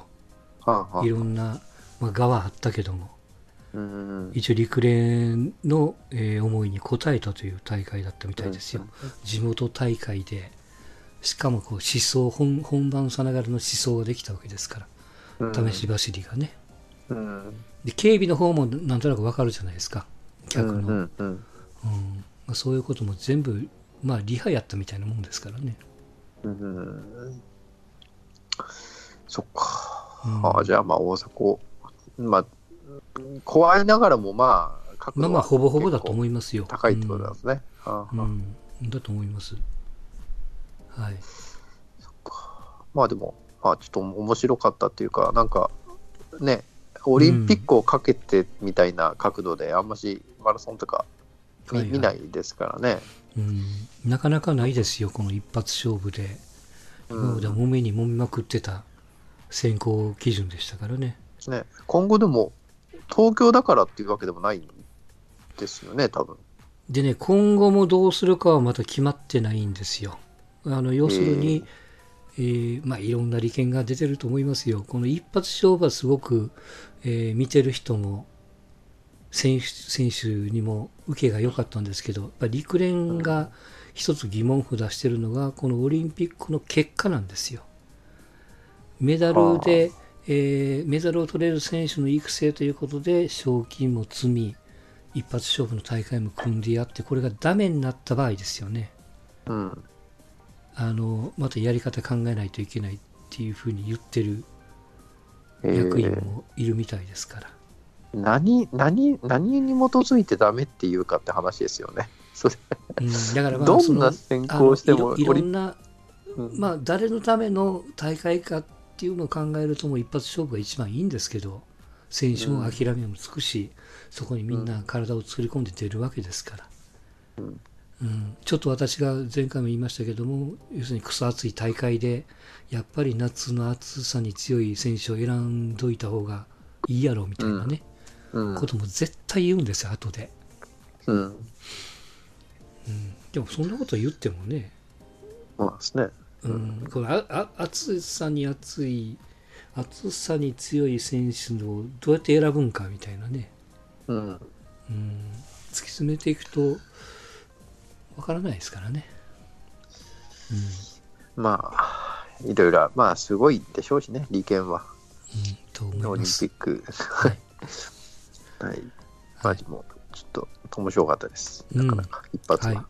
Speaker 2: はあはいあ、
Speaker 1: ろんな、まあ、側あったけども、
Speaker 2: うん。
Speaker 1: 一応陸連の、えー思いに応えたという大会だったみたいですよ。地元大会で、しかもこう思想本、本番さながらの思想ができたわけですか
Speaker 2: う
Speaker 1: ら、
Speaker 2: ん
Speaker 1: 試し走りがね。
Speaker 2: うん。
Speaker 1: で、警備の方もなんとなくわかるじゃないですか、
Speaker 2: う
Speaker 1: 客の。
Speaker 2: ん。うん。うん。
Speaker 1: うんまあ、そういうことも全部、まあ、リハやったみたいなもんですからね。
Speaker 2: うんそっか。
Speaker 1: うん
Speaker 2: ああじゃあ、まあ、大阪、まあ、怖いながらも、まあ、角
Speaker 1: まあ
Speaker 2: 度
Speaker 1: まあ、ほぼほぼだと
Speaker 2: う。
Speaker 1: 思いますよ。
Speaker 2: 高いってことなんですね。ああ
Speaker 1: うん、うんだと思います。はい。
Speaker 2: まあ、でも、まあ、ちょっと面白かったっていうか、なんか、ね、オリンピックをかけてみたいな角度で、あんましマラソンとか見,、
Speaker 1: はいはい
Speaker 2: 見ないですからね。
Speaker 1: うん、なかなかないですよ、この一発勝負で。今までは揉めに揉みまくってた選考基準でしたからね。
Speaker 2: ね、今後でも、東京だからっていうわけでもないんですよね、多分。
Speaker 1: でね、今後もどうするかはまだ決まってないんですよ。あの要するに、えーまあ、いろんな利権が出てると思いますよ。この一発勝負はすごく、えー見てる人も選手選手にも受けが良かったんですけど、やっぱ陸連が一つ疑問符出してるのが、このオリンピックの結果なんですよ。メダルで、えーメダルを取れる選手の育成ということで、賞金も積み、一発勝負の大会も組んでやって、これがダメになった場合ですよね。
Speaker 2: うん。
Speaker 1: あの、またやり方考えないといけないっていうふうに言ってる
Speaker 2: えー
Speaker 1: 役員もいるみたいですから。
Speaker 2: 何、何、何に基づいてダメっていうかって話ですよね。それ
Speaker 1: うん、だからまあ、
Speaker 2: ど
Speaker 1: そ
Speaker 2: んな
Speaker 1: の
Speaker 2: 選
Speaker 1: あ
Speaker 2: 考
Speaker 1: の
Speaker 2: を
Speaker 1: い
Speaker 2: しても、
Speaker 1: ろいろ
Speaker 2: オリ
Speaker 1: んな、
Speaker 2: うん
Speaker 1: まあ、誰のための大会かっていうのを考えるともう一発勝負が一番いいんですけど選手も諦めもつくし、そこにみんな体を作り込んで出るわけですから、
Speaker 2: うん
Speaker 1: うんちょっと私が前回も言いましたけども要するにクソ暑い大会でやっぱり夏の暑さに強い選手を選んどいた方がいいやろみたいなね、
Speaker 2: うん
Speaker 1: ことも絶対言うんですよ後で。
Speaker 2: うん。
Speaker 1: でもそんなこと言ってもね
Speaker 2: そうなんですね。
Speaker 1: うん、このああ暑さに暑い暑さに強い選手をどうやって選ぶんかみたいなね、
Speaker 2: うん。
Speaker 1: うん、突き詰めていくとわからないですからね、
Speaker 2: まあ、いろいろ、まあ、すごいでしょうしね、利権は。
Speaker 1: うんうん、と思
Speaker 2: オ
Speaker 1: いま
Speaker 2: リンピ
Speaker 1: す
Speaker 2: ック。
Speaker 1: は
Speaker 2: はいい。はい。まあ、でも、ちょっと、面白かったです。なかなか、一発
Speaker 1: はい
Speaker 2: は。